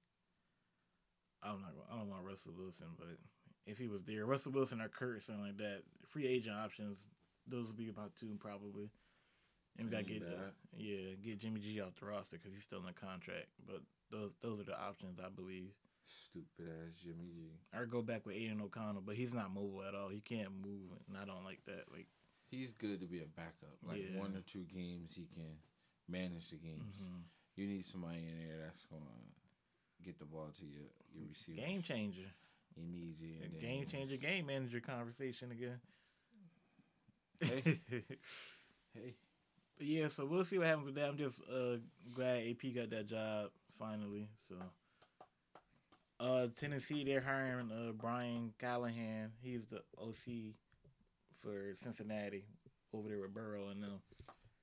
[SPEAKER 2] I'm not. gonna- I don't want Russell Wilson, but if he was there, Russell Wilson or Kurt, something like that, free agent options. Those would be about two probably. And we gotta
[SPEAKER 3] Ain't
[SPEAKER 2] get uh,
[SPEAKER 3] bad.
[SPEAKER 2] yeah, get Jimmy G off the roster because he's still in the contract. But those those are the options I believe.
[SPEAKER 3] Stupid ass Jimmy G.
[SPEAKER 2] Or go back with Aiden O'Connell, but he's not mobile at all. He can't move, and I don't like that. Like,
[SPEAKER 3] He's good to be a backup. Like
[SPEAKER 2] Yeah.
[SPEAKER 3] one or two games, he can manage the games.
[SPEAKER 2] mhm.
[SPEAKER 3] You need somebody in there that's gonna get the ball to your your receivers.
[SPEAKER 2] game changer,
[SPEAKER 3] You need you.
[SPEAKER 2] A
[SPEAKER 3] in there.
[SPEAKER 2] game changer, game manager conversation again.
[SPEAKER 3] Hey, hey.
[SPEAKER 2] But yeah, so we'll see what happens with that. I'm just uh, glad AP got that job finally. So, uh, Tennessee they're hiring uh, Brian Callahan. He's the OC for Cincinnati over there with Burrow and them.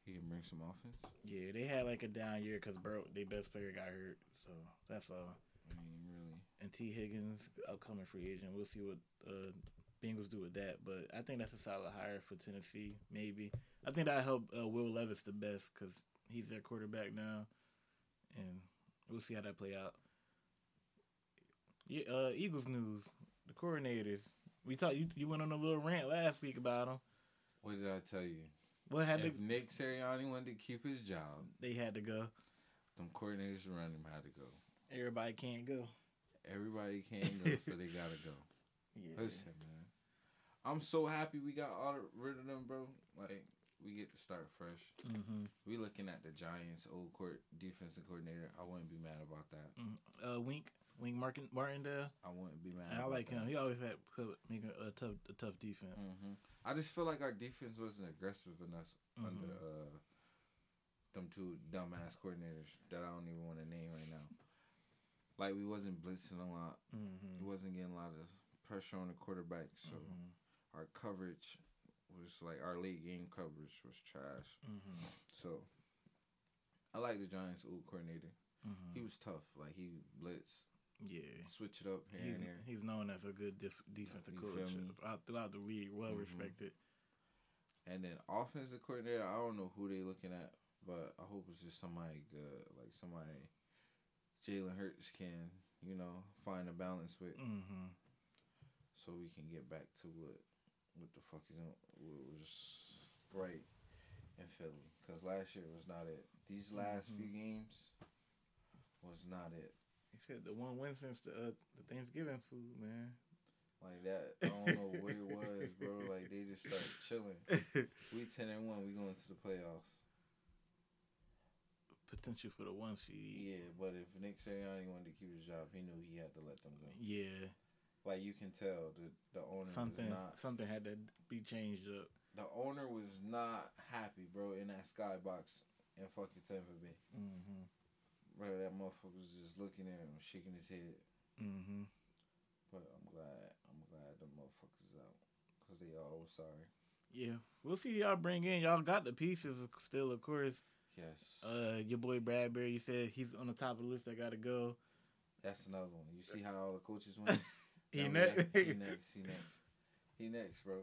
[SPEAKER 3] He can bring some offense.
[SPEAKER 2] Yeah, they had like a down year because Burrow, their best player, got hurt. So that's all.
[SPEAKER 3] I mean, really.
[SPEAKER 2] And T Higgins, upcoming free agent. We'll see what uh, Bengals do with that. But I think that's a solid hire for Tennessee. Maybe I think that help uh, Will Levis the best because he's their quarterback now, and we'll see how that play out. Yeah, uh, Eagles news. The coordinators. We talked. You, you went on a little rant last week about them.
[SPEAKER 3] What did I tell you?
[SPEAKER 2] What had
[SPEAKER 3] if
[SPEAKER 2] to,
[SPEAKER 3] Nick Sirianni wanted to keep his job,
[SPEAKER 2] they had to go.
[SPEAKER 3] them coordinators around him had to go.
[SPEAKER 2] Everybody can't go.
[SPEAKER 3] Everybody can't go, so they gotta go.
[SPEAKER 2] Yeah.
[SPEAKER 3] Listen, man. I'm so happy we got all rid of them, bro. Like we get to start fresh.
[SPEAKER 2] Mm-hmm.
[SPEAKER 3] We looking at the Giants' old court defensive coordinator. I wouldn't be mad about that.
[SPEAKER 2] Uh, Wink. Wink Martin, Martindale.
[SPEAKER 3] I wouldn't be mad.
[SPEAKER 2] And I
[SPEAKER 3] about
[SPEAKER 2] like him.
[SPEAKER 3] that.
[SPEAKER 2] He always had put making a tough a tough defense.
[SPEAKER 3] hmm I just feel like our defense wasn't aggressive enough under uh,
[SPEAKER 2] Mm-hmm.
[SPEAKER 3] them two dumbass coordinators that I don't even want to name right now. Like we wasn't blitzing a lot.
[SPEAKER 2] Mm-hmm.
[SPEAKER 3] We wasn't getting a lot of pressure on the quarterback. So our coverage was like our late game coverage was trash.
[SPEAKER 2] Mm-hmm.
[SPEAKER 3] So I like the Giants' old coordinator.
[SPEAKER 2] Mm-hmm.
[SPEAKER 3] He was tough. Like he blitz,
[SPEAKER 2] Yeah.
[SPEAKER 3] switch it up here
[SPEAKER 2] He's,
[SPEAKER 3] and there.
[SPEAKER 2] he's known as a good def- defensive
[SPEAKER 3] You feel
[SPEAKER 2] coach
[SPEAKER 3] me?
[SPEAKER 2] throughout, throughout the league, well
[SPEAKER 3] Mhm.
[SPEAKER 2] respected.
[SPEAKER 3] And then offensive coordinator, I don't know who they looking at, but I hope it's just somebody good, like somebody Jalen Hurts can, you know, find a balance with,
[SPEAKER 2] Mm-hmm.
[SPEAKER 3] so we can get back to what what the fuck is in- what was right in Philly, because last year was not it. These last few games was not it.
[SPEAKER 2] He said the one win since the, uh, the Thanksgiving food, man.
[SPEAKER 3] Like that, I don't know what it was, bro. Like they just started chilling. We ten and one. We going to the playoffs.
[SPEAKER 2] Potential for the one seed.
[SPEAKER 3] Yeah, but if Nick Sirianni wanted to keep his job, he knew he had to let them go.
[SPEAKER 2] Yeah,
[SPEAKER 3] Like you can tell, the the owner
[SPEAKER 2] something
[SPEAKER 3] was not
[SPEAKER 2] something had to be changed up.
[SPEAKER 3] the owner was not happy, bro, in that skybox in fucking Tampa Bay.
[SPEAKER 2] Mm-hmm.
[SPEAKER 3] Bro, that motherfucker was just looking at him, shaking his head.
[SPEAKER 2] Mm-hmm.
[SPEAKER 3] But I'm glad, I'm glad the motherfuckers out, cause they all sorry.
[SPEAKER 2] Yeah, we'll see who y'all bring in. Y'all got the pieces still, of course.
[SPEAKER 3] Yes,
[SPEAKER 2] Uh, your boy Bradbury, you said he's on the top of the list. I gotta go.
[SPEAKER 3] that's another one. You see how all the coaches went.
[SPEAKER 2] He,
[SPEAKER 3] That
[SPEAKER 2] ne-
[SPEAKER 3] one, he next, he next, he next, bro.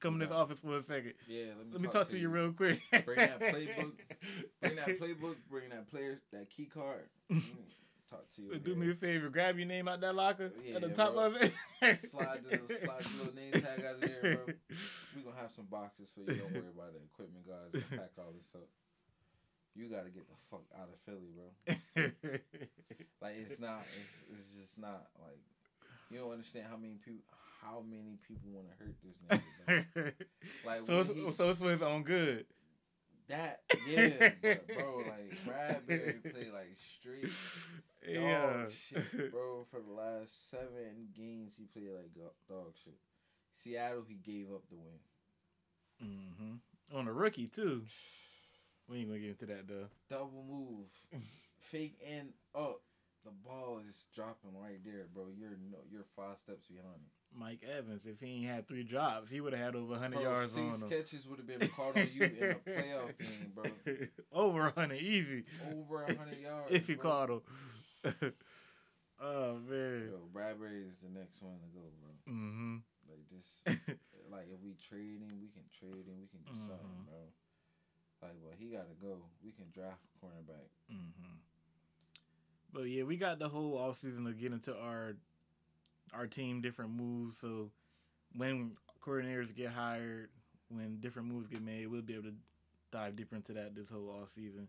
[SPEAKER 2] come in this
[SPEAKER 3] Yeah.
[SPEAKER 2] office for a second.
[SPEAKER 3] Yeah, let me,
[SPEAKER 2] Let me talk to you real quick.
[SPEAKER 3] Bring that playbook. Bring that playbook. Bring that player. That key card. Mm, Talk to you.
[SPEAKER 2] Do
[SPEAKER 3] man.
[SPEAKER 2] me a favor, grab your name out that locker at the
[SPEAKER 3] Yeah,
[SPEAKER 2] top
[SPEAKER 3] bro.
[SPEAKER 2] of it.
[SPEAKER 3] slide the slide the little name tag out of there, bro. We gonna have some boxes for you. Don't worry about the equipment guys. Gonna pack all this up. You gotta get the fuck out of Philly, bro. Like it's not. It's, it's just not like. You don't understand how many people. How many people want to hurt this nigga? Bro. Like
[SPEAKER 2] so,
[SPEAKER 3] when he-
[SPEAKER 2] it's, so it's for his own good.
[SPEAKER 3] that, yeah, but, bro. Like Bradbury played like straight dog
[SPEAKER 2] Yeah.
[SPEAKER 3] shit, bro. For the last seven games, he played like go- dog shit. Seattle, he gave up the win.
[SPEAKER 2] hmm On a rookie too. We ain't gonna get into that though.
[SPEAKER 3] Double move, fake and up. The ball is dropping right there, bro. You're no, you're five steps behind him.
[SPEAKER 2] Mike Evans, if he ain't had three drops, he would have had over 100
[SPEAKER 3] Bro,
[SPEAKER 2] yards
[SPEAKER 3] six
[SPEAKER 2] on him.
[SPEAKER 3] catches would have been called on you in a playoff game, bro.
[SPEAKER 2] Over 100, easy.
[SPEAKER 3] Over hundred yards.
[SPEAKER 2] if you
[SPEAKER 3] bro.
[SPEAKER 2] caught him. oh man.
[SPEAKER 3] Yo, Bradbury is the next one to go, bro.
[SPEAKER 2] Mm-hmm.
[SPEAKER 3] Like this, like if we trade him, we can trade him. We can do something,
[SPEAKER 2] Mhm.
[SPEAKER 3] bro. Like, well, he gotta go. We can draft a cornerback.
[SPEAKER 2] Mm-hmm. But yeah, we got the whole offseason to get into our our team different moves. So when coordinators get hired, when different moves get made, we'll be able to dive deeper into that this whole offseason.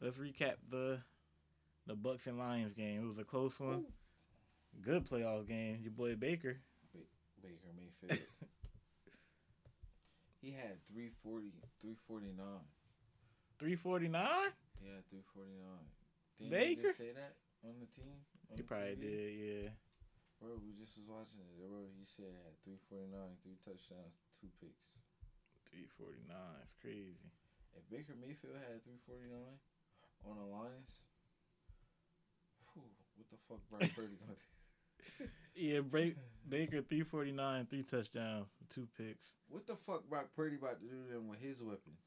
[SPEAKER 2] Let's recap the the Bucks and Lions game. It was a close one. Good playoff game. Your boy Baker.
[SPEAKER 3] Baker Mayfield. he had 340, 349.
[SPEAKER 2] 349?
[SPEAKER 3] Yeah, 349. Didn't
[SPEAKER 2] Baker?
[SPEAKER 3] They just say that on the team? On
[SPEAKER 2] He
[SPEAKER 3] the
[SPEAKER 2] probably
[SPEAKER 3] TV?
[SPEAKER 2] did, yeah.
[SPEAKER 3] Bro, we just was watching it. Bro, he said he had 349, three touchdowns, two picks.
[SPEAKER 2] 349. It's crazy.
[SPEAKER 3] If Baker Mayfield had 349 on the Lions, whew, what the fuck Brian Purdy gonna do?
[SPEAKER 2] Yeah, Bra- Baker three forty nine, three touchdowns, two picks.
[SPEAKER 3] What the fuck Brock Purdy about to do to them with his weapons?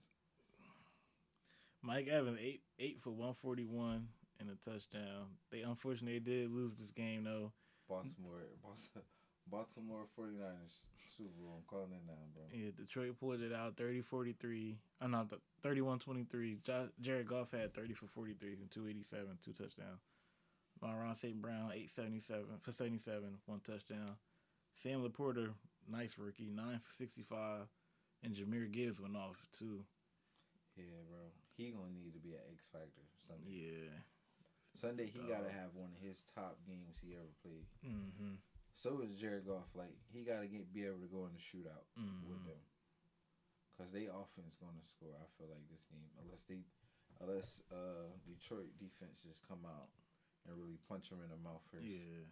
[SPEAKER 2] Mike Evans eight eight for one forty one and a touchdown. They unfortunately did lose this game though. Mm-hmm.
[SPEAKER 3] Baltimore, Boston, Baltimore 49ers Super Bowl. I'm calling it now, bro.
[SPEAKER 2] Yeah, Detroit pulled it out 30 43. Oh, no, 31 23. Jared Goff had 30 for 43 and 287, two touchdowns. Ron St. Brown, 877 for 77, one touchdown. Sam Laporta, nice rookie, 9 for 65. And Jameer Gibbs went off, too.
[SPEAKER 3] Yeah, bro. He gonna need to be an X Factor Sunday.
[SPEAKER 2] Yeah.
[SPEAKER 3] Sunday he
[SPEAKER 2] Dog.
[SPEAKER 3] gotta have one of his top games he ever played.
[SPEAKER 2] Mm-hmm.
[SPEAKER 3] So is Jared Goff. Like he gotta get be able to go in the shootout with
[SPEAKER 2] Mhm.
[SPEAKER 3] them, cause they offense gonna score. I feel like this game unless they, unless uh Detroit defense just come out and really punch him in the mouth first.
[SPEAKER 2] Yeah.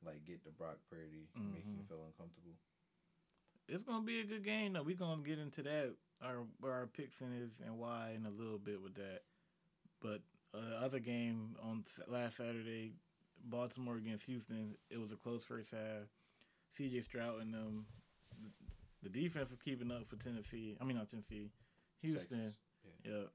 [SPEAKER 3] Like get to Brock Purdy, make him
[SPEAKER 2] Mhm.
[SPEAKER 3] feel uncomfortable.
[SPEAKER 2] It's going to be a good game, though. We're going to get into that, our, where our picks in is and why in a little bit with that. But uh, other game on s- last Saturday, Baltimore against Houston, it was a close first half. CJ Stroud and them, the defense was keeping up for Tennessee. I mean, not Tennessee, Houston.
[SPEAKER 3] Texas.
[SPEAKER 2] Yep.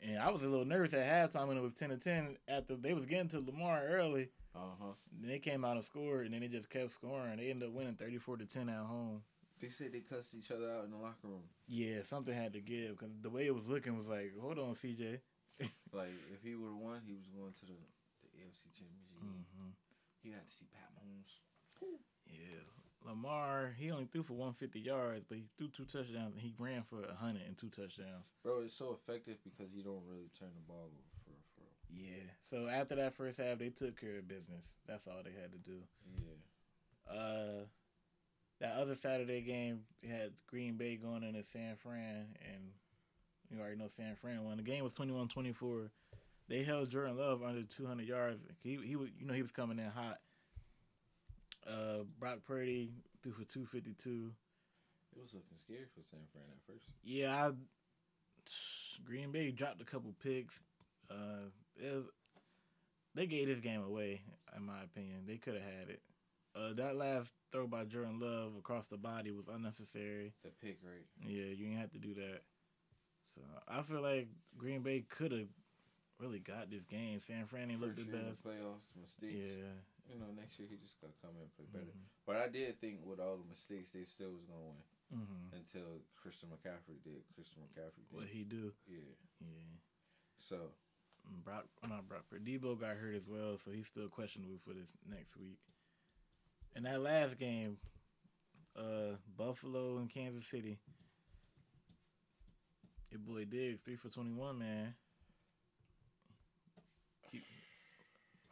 [SPEAKER 2] And I was a little nervous at halftime when it was ten to ten. After they was getting to Lamar early,
[SPEAKER 3] Uh huh.
[SPEAKER 2] then they came out and scored, and then they just kept scoring. They ended up winning thirty four to ten at home.
[SPEAKER 3] They said they cussed each other out in the locker room.
[SPEAKER 2] Yeah, something had to give because the way it was looking was like, hold on, CJ.
[SPEAKER 3] Like if he would have won, he was going to the, the AFC Championship. game.
[SPEAKER 2] Mm-hmm.
[SPEAKER 3] He got to see Pat Mahomes.
[SPEAKER 2] Yeah, Lamar he only threw for one fifty yards, but he threw two touchdowns and he ran for a hundred and two touchdowns.
[SPEAKER 3] Bro, it's so effective because he don't really turn the ball over for real, for. real.
[SPEAKER 2] Yeah. So after that first half, they took care of business. That's all they had to do.
[SPEAKER 3] Yeah.
[SPEAKER 2] uh that other Saturday game they had Green Bay going into San Fran and you already know San Fran won. The game was 21-24. They held Jordan Love under 200 yards. He he was you know he was coming in hot. Uh Brock Purdy threw for 252.
[SPEAKER 3] It was looking scary for San Fran at first.
[SPEAKER 2] Yeah, I, Green Bay dropped a couple picks. Uh it was- they gave this game away in my opinion. They could have had it. Uh, that last throw by Jordan Love across the body was unnecessary.
[SPEAKER 3] The pick rate.
[SPEAKER 2] Yeah, you didn't have to do that. So I feel like Green Bay could have really got this game. San Fran ain't looked
[SPEAKER 3] First
[SPEAKER 2] the
[SPEAKER 3] year in
[SPEAKER 2] best.
[SPEAKER 3] the playoffs, mistakes.
[SPEAKER 2] Yeah.
[SPEAKER 3] You know, next year he just got to come in and play better.
[SPEAKER 2] Mhm.
[SPEAKER 3] But I did think with all the mistakes, they still was going to win
[SPEAKER 2] Mhm.
[SPEAKER 3] until Christian McCaffrey did. Christian McCaffrey did.
[SPEAKER 2] What he do?
[SPEAKER 3] Yeah.
[SPEAKER 2] Yeah.
[SPEAKER 3] So,
[SPEAKER 2] And Brock, oh, not Brock. Purdy. Debo got hurt as well, so he's still questionable for this next week. And that last game, uh, Buffalo and Kansas City. Your boy Diggs, three for twenty-one, man. Keep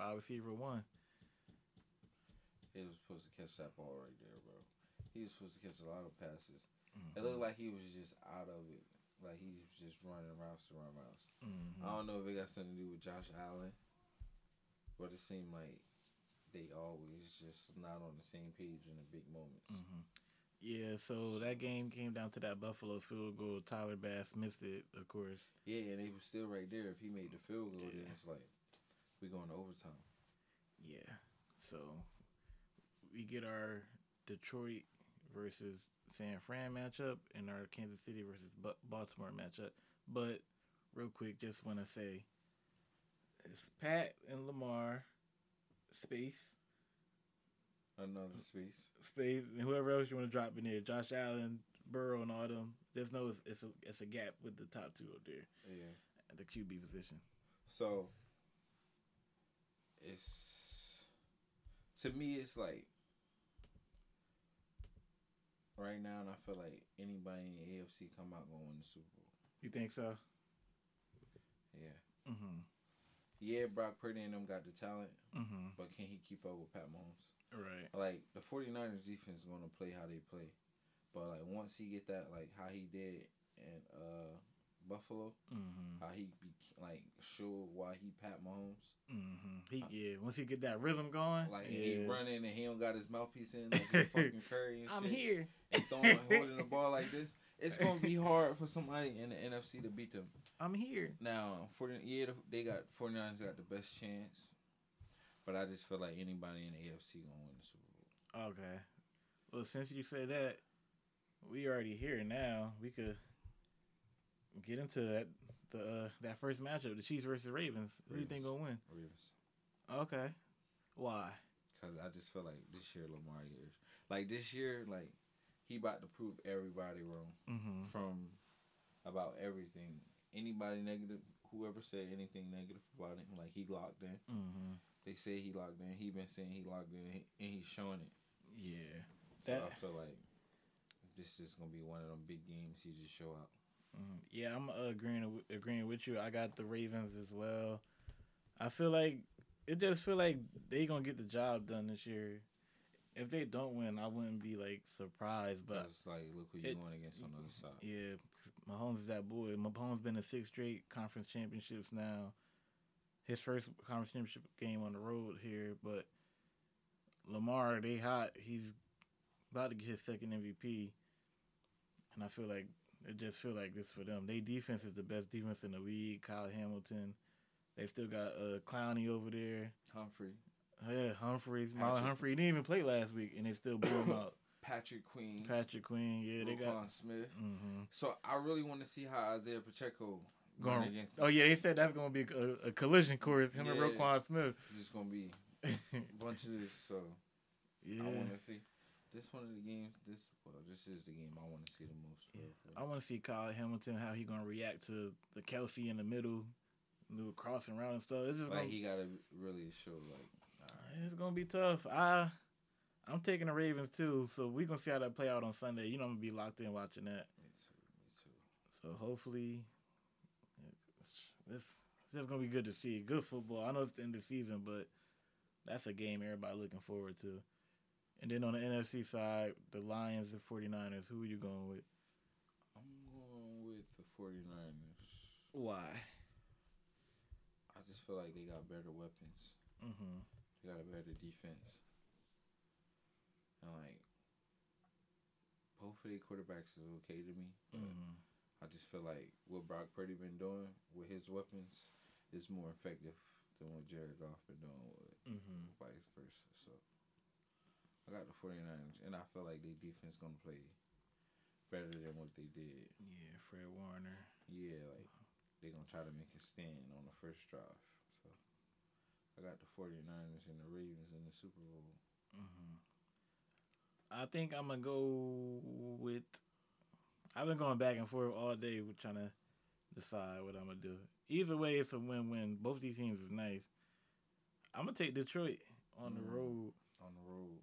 [SPEAKER 2] wide receiver one.
[SPEAKER 3] he was supposed to catch that ball right there, bro. He was supposed to catch a lot of passes. It looked like he was just out of it. Like he was just running routes to run routes.
[SPEAKER 2] Mhm.
[SPEAKER 3] I don't know if it got something to do with Josh Allen, but it seemed like they always just not on the same page in the big moments.
[SPEAKER 2] Mhm. Yeah, so that game came down to that Buffalo field goal. Tyler Bass missed it, of course.
[SPEAKER 3] Yeah, and they were still right there. If he made the field goal, then
[SPEAKER 2] Yeah.
[SPEAKER 3] it's like we going to overtime.
[SPEAKER 2] Yeah. So we get our Detroit versus San Fran matchup and our Kansas City versus Bu- Baltimore matchup. But real quick, just want to say it's Pat and Lamar, space,
[SPEAKER 3] Another space.
[SPEAKER 2] space, and whoever else you want to drop in there, Josh Allen, Burrow, and all them. There's no, it's, it's a it's a gap with the top two up there
[SPEAKER 3] Yeah.
[SPEAKER 2] at the QB position.
[SPEAKER 3] So it's to me, it's like right now, and I feel like anybody in the AFC come out going to win the Super Bowl.
[SPEAKER 2] You think so?
[SPEAKER 3] Yeah.
[SPEAKER 2] Mm-hmm.
[SPEAKER 3] Yeah, Brock Purdy and them got the talent,
[SPEAKER 2] Mm-hmm.
[SPEAKER 3] but can he keep up with Pat Mahomes?
[SPEAKER 2] Right.
[SPEAKER 3] like the 49ers defense is going to play how they play but like once he get that like how he did in uh buffalo
[SPEAKER 2] Mm-hmm.
[SPEAKER 3] how he be like sure why he pat mahomes
[SPEAKER 2] Mm-hmm. He, yeah. Once he get that rhythm going,
[SPEAKER 3] like
[SPEAKER 2] yeah.
[SPEAKER 3] he running and he don't got his mouthpiece in like he's fucking curry and
[SPEAKER 2] I'm
[SPEAKER 3] shit,
[SPEAKER 2] here.
[SPEAKER 3] and throwing holding the ball like this it's going to be hard for somebody in the nfc to beat them
[SPEAKER 2] I'm here.
[SPEAKER 3] now 40 yeah the- they got 49ers got the best chance but i just feel like anybody in the afc going to win the super bowl
[SPEAKER 2] Okay. Well, since you say that, we already here now. We could get into that the uh, that first matchup, the Chiefs versus Ravens. Who do you think
[SPEAKER 3] Ravens.
[SPEAKER 2] gonna win?
[SPEAKER 3] Ravens.
[SPEAKER 2] Okay. Why?
[SPEAKER 3] because I just feel like this year Lamar years. Like this year, like he about to prove everybody wrong
[SPEAKER 2] Mm-hmm.
[SPEAKER 3] from about everything. Anybody negative, whoever said anything negative about him, like he locked in.
[SPEAKER 2] Mm-hmm.
[SPEAKER 3] They say he locked in. He been saying he locked in, and he's showing it.
[SPEAKER 2] Yeah.
[SPEAKER 3] So
[SPEAKER 2] That-
[SPEAKER 3] I feel like this is gonna be one of them big games. He just show out.
[SPEAKER 2] Mhm. Yeah, I'm uh, agreeing w- agreeing with you. I got the Ravens as well. I feel like it just feel like they gonna get the job done this year. If they don't win, I wouldn't be like surprised. But
[SPEAKER 3] It's like look who you
[SPEAKER 2] it-
[SPEAKER 3] going against on the other side.
[SPEAKER 2] yeah, 'cause Mahomes is that boy. Mahomes been in six straight conference championships now. His first conference championship game on the road here, but Lamar, they hot. He's about to get his second MVP, and I feel like it just feel like this for them. They defense is the best defense in the league. Kyle Hamilton, they still got uh, Clowney over there.
[SPEAKER 3] Humphrey,
[SPEAKER 2] Yeah, Humphreys, Marlon
[SPEAKER 3] Patrick-
[SPEAKER 2] Humphrey he didn't even play last week, and they still blew him out.
[SPEAKER 3] Patrick Queen,
[SPEAKER 2] Patrick Queen, yeah, they got.
[SPEAKER 3] Roquan Smith.
[SPEAKER 2] hmm
[SPEAKER 3] So I really want to see how Isaiah Pacheco going
[SPEAKER 2] Going,
[SPEAKER 3] against.
[SPEAKER 2] oh yeah, they said that's gonna be a, a collision course. Him and
[SPEAKER 3] Yeah.
[SPEAKER 2] Roquan Smith.
[SPEAKER 3] It's just gonna be a bunch of this. So
[SPEAKER 2] yeah,
[SPEAKER 3] I want to see. This one of the games. This well, this is the game I want to see the most. for- for-
[SPEAKER 2] I want to see Kyle Hamilton how he gonna react to the Kelsey in the middle, new crossing around and stuff. It's just
[SPEAKER 3] Like
[SPEAKER 2] gonna,
[SPEAKER 3] he gotta really show like.
[SPEAKER 2] it's gonna be tough. I, I'm taking the Ravens too, so we gonna see how that play out on Sunday. You know I'm gonna be locked in watching that.
[SPEAKER 3] Me too. Me too.
[SPEAKER 2] So hopefully, this this is gonna be good to see. Good football. I know it's the end of the season, but that's a game everybody looking forward to. And then on the NFC side, the Lions and 49ers. Who are you going with?
[SPEAKER 3] I'm going with the 49ers.
[SPEAKER 2] Why?
[SPEAKER 3] I just feel like they got better weapons.
[SPEAKER 2] hmm
[SPEAKER 3] They got a better defense. And like both of their quarterbacks is okay to me. but
[SPEAKER 2] hmm
[SPEAKER 3] I just feel like what Brock Purdy been doing with his weapons is more effective than what Jared Goff been doing with
[SPEAKER 2] hmm
[SPEAKER 3] vice versa. So I got the 49ers and I feel like their defense gonna play better than what they did.
[SPEAKER 2] Yeah, Fred Warner.
[SPEAKER 3] Yeah, like they gonna try to make a stand on the first drive. So I got the 49ers and the Ravens in the Super Bowl.
[SPEAKER 2] hmm I think I'm gonna go with. I've been going back and forth all day with trying to decide what I'm gonna do. Either way, it's a win-win. Both these teams is nice. I'm gonna take Detroit on the
[SPEAKER 3] Mm.
[SPEAKER 2] road.
[SPEAKER 3] On the road.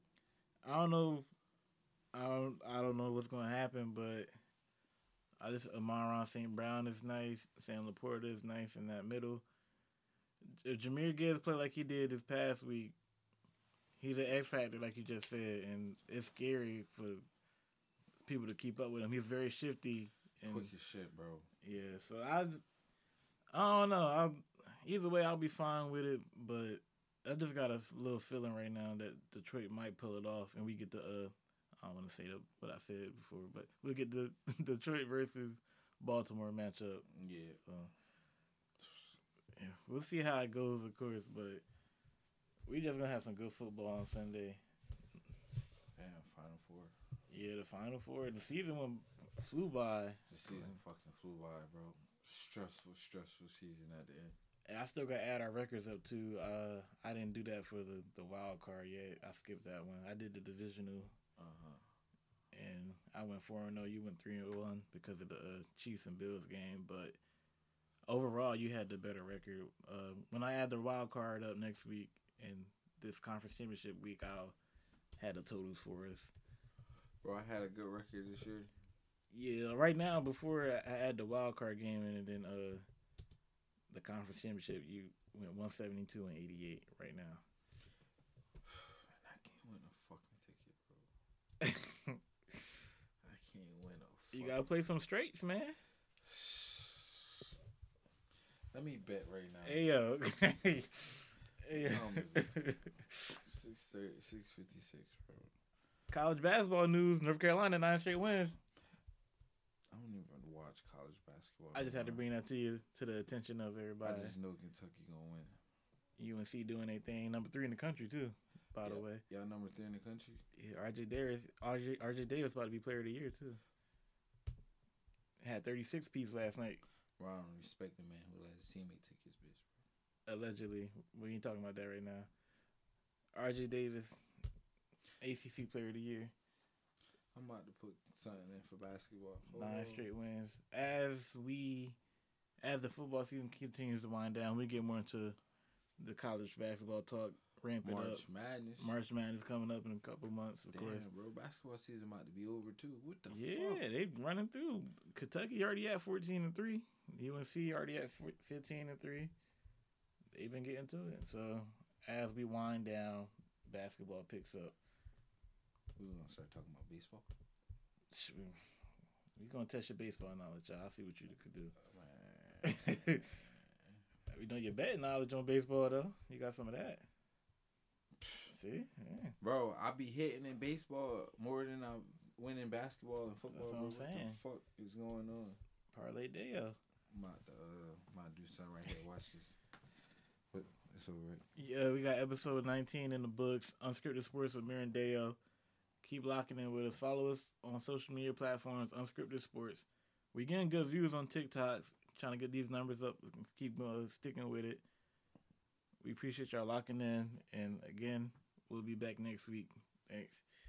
[SPEAKER 2] I don't know. I don't. I don't know what's gonna happen, but I just Amaron St. Brown is nice. Sam Laporta is nice in that middle. If Jameer Gibbs play like he did this past week, he's an X factor, like you just said, and it's scary for people to keep up with him. He's very shifty and
[SPEAKER 3] Quick as shit, bro.
[SPEAKER 2] yeah. So I, j- I don't know. I'll, either way, I'll be fine with it. But I just got a f- little feeling right now that Detroit might pull it off, and we get the. Uh, I don't want to say the, what I said before, but we'll get the Detroit versus Baltimore matchup.
[SPEAKER 3] Yeah. uh.
[SPEAKER 2] So yeah, we'll see how it goes, of course. But we just gonna have some good football on Sunday.
[SPEAKER 3] Damn, Final Four.
[SPEAKER 2] Yeah, the Final Four. The season went flew by.
[SPEAKER 3] The season fucking flew by, bro. Stressful, stressful season at the end.
[SPEAKER 2] And I still gotta add our records up too. Uh, I didn't do that for the, the wild card yet. I skipped that one. I did the divisional,
[SPEAKER 3] Uh huh.
[SPEAKER 2] and I went four and zero. You went three and one because of the uh, Chiefs and Bills game. But overall, you had the better record. Uh, when I add the wild card up next week and this conference championship week, I'll had the totals for us.
[SPEAKER 3] Bro, I had a good record this year.
[SPEAKER 2] Yeah, right now before I I add the wild card game in and then uh the conference championship, you went one seventy two and eighty eight right now.
[SPEAKER 3] And I can't win a fucking ticket, bro. I can't win a
[SPEAKER 2] You
[SPEAKER 3] fucking
[SPEAKER 2] gotta play some straights, man.
[SPEAKER 3] Let me bet right now.
[SPEAKER 2] Hey yo, hey yo.
[SPEAKER 3] Tom is Six thirty, six fifty six, bro.
[SPEAKER 2] College basketball news: North Carolina nine straight wins.
[SPEAKER 3] I don't even watch college basketball.
[SPEAKER 2] I just had to
[SPEAKER 3] anymore.
[SPEAKER 2] bring that to you to the attention of
[SPEAKER 3] I
[SPEAKER 2] everybody.
[SPEAKER 3] just know Kentucky gonna win.
[SPEAKER 2] UNC doing their thing, number three in the country too. By the
[SPEAKER 3] Yeah.
[SPEAKER 2] way,
[SPEAKER 3] Y'all number three in the country.
[SPEAKER 2] Yeah, RJ Davis, RJ, RJ Davis about to be player of the year too. Had thirty six piece last night,
[SPEAKER 3] Bro, I don't respect the man who let his teammate take his bitch.
[SPEAKER 2] allegedly. We ain't talking about that right now. RJ Davis, ACC Player of the Year,
[SPEAKER 3] I'm about to put something in for basketball.
[SPEAKER 2] nine
[SPEAKER 3] Oh.
[SPEAKER 2] straight wins. As we, as the football season continues to wind down, we get more into the college basketball talk. Ramp it up.
[SPEAKER 3] March Madness.
[SPEAKER 2] March Madness coming up in a couple months, of
[SPEAKER 3] Damn,
[SPEAKER 2] course.
[SPEAKER 3] bro, basketball season about to be over too. What the
[SPEAKER 2] Yeah,
[SPEAKER 3] fuck?
[SPEAKER 2] they running through. Kentucky already at fourteen and three. UNC already at four- fifteen and three. They've been getting to it. So as we wind down, basketball picks up.
[SPEAKER 3] We gonna start talking about baseball.
[SPEAKER 2] Sh- We gonna test your baseball knowledge, y'all. I'll see what you could
[SPEAKER 3] Uh, Man,
[SPEAKER 2] do. we know your betting knowledge on baseball though. You got some of that. See, yeah,
[SPEAKER 3] bro, I be hitting in baseball more than I win in basketball and football.
[SPEAKER 2] what
[SPEAKER 3] bro.
[SPEAKER 2] I'm
[SPEAKER 3] what
[SPEAKER 2] saying.
[SPEAKER 3] the fuck is going on?
[SPEAKER 2] parlay Deo.
[SPEAKER 3] I'm about to, uh, I'm about to do something right here. Watch this. But it's all right.
[SPEAKER 2] Yeah, we got episode 19 in the books. Unscripted Sports with Mirandeo. Keep locking in with us. Follow us on social media platforms, Unscripted Sports. we getting good views on TikToks. Trying to get these numbers up. Keep uh, sticking with it. We appreciate y'all locking in. And again, we'll be back next week. Thanks.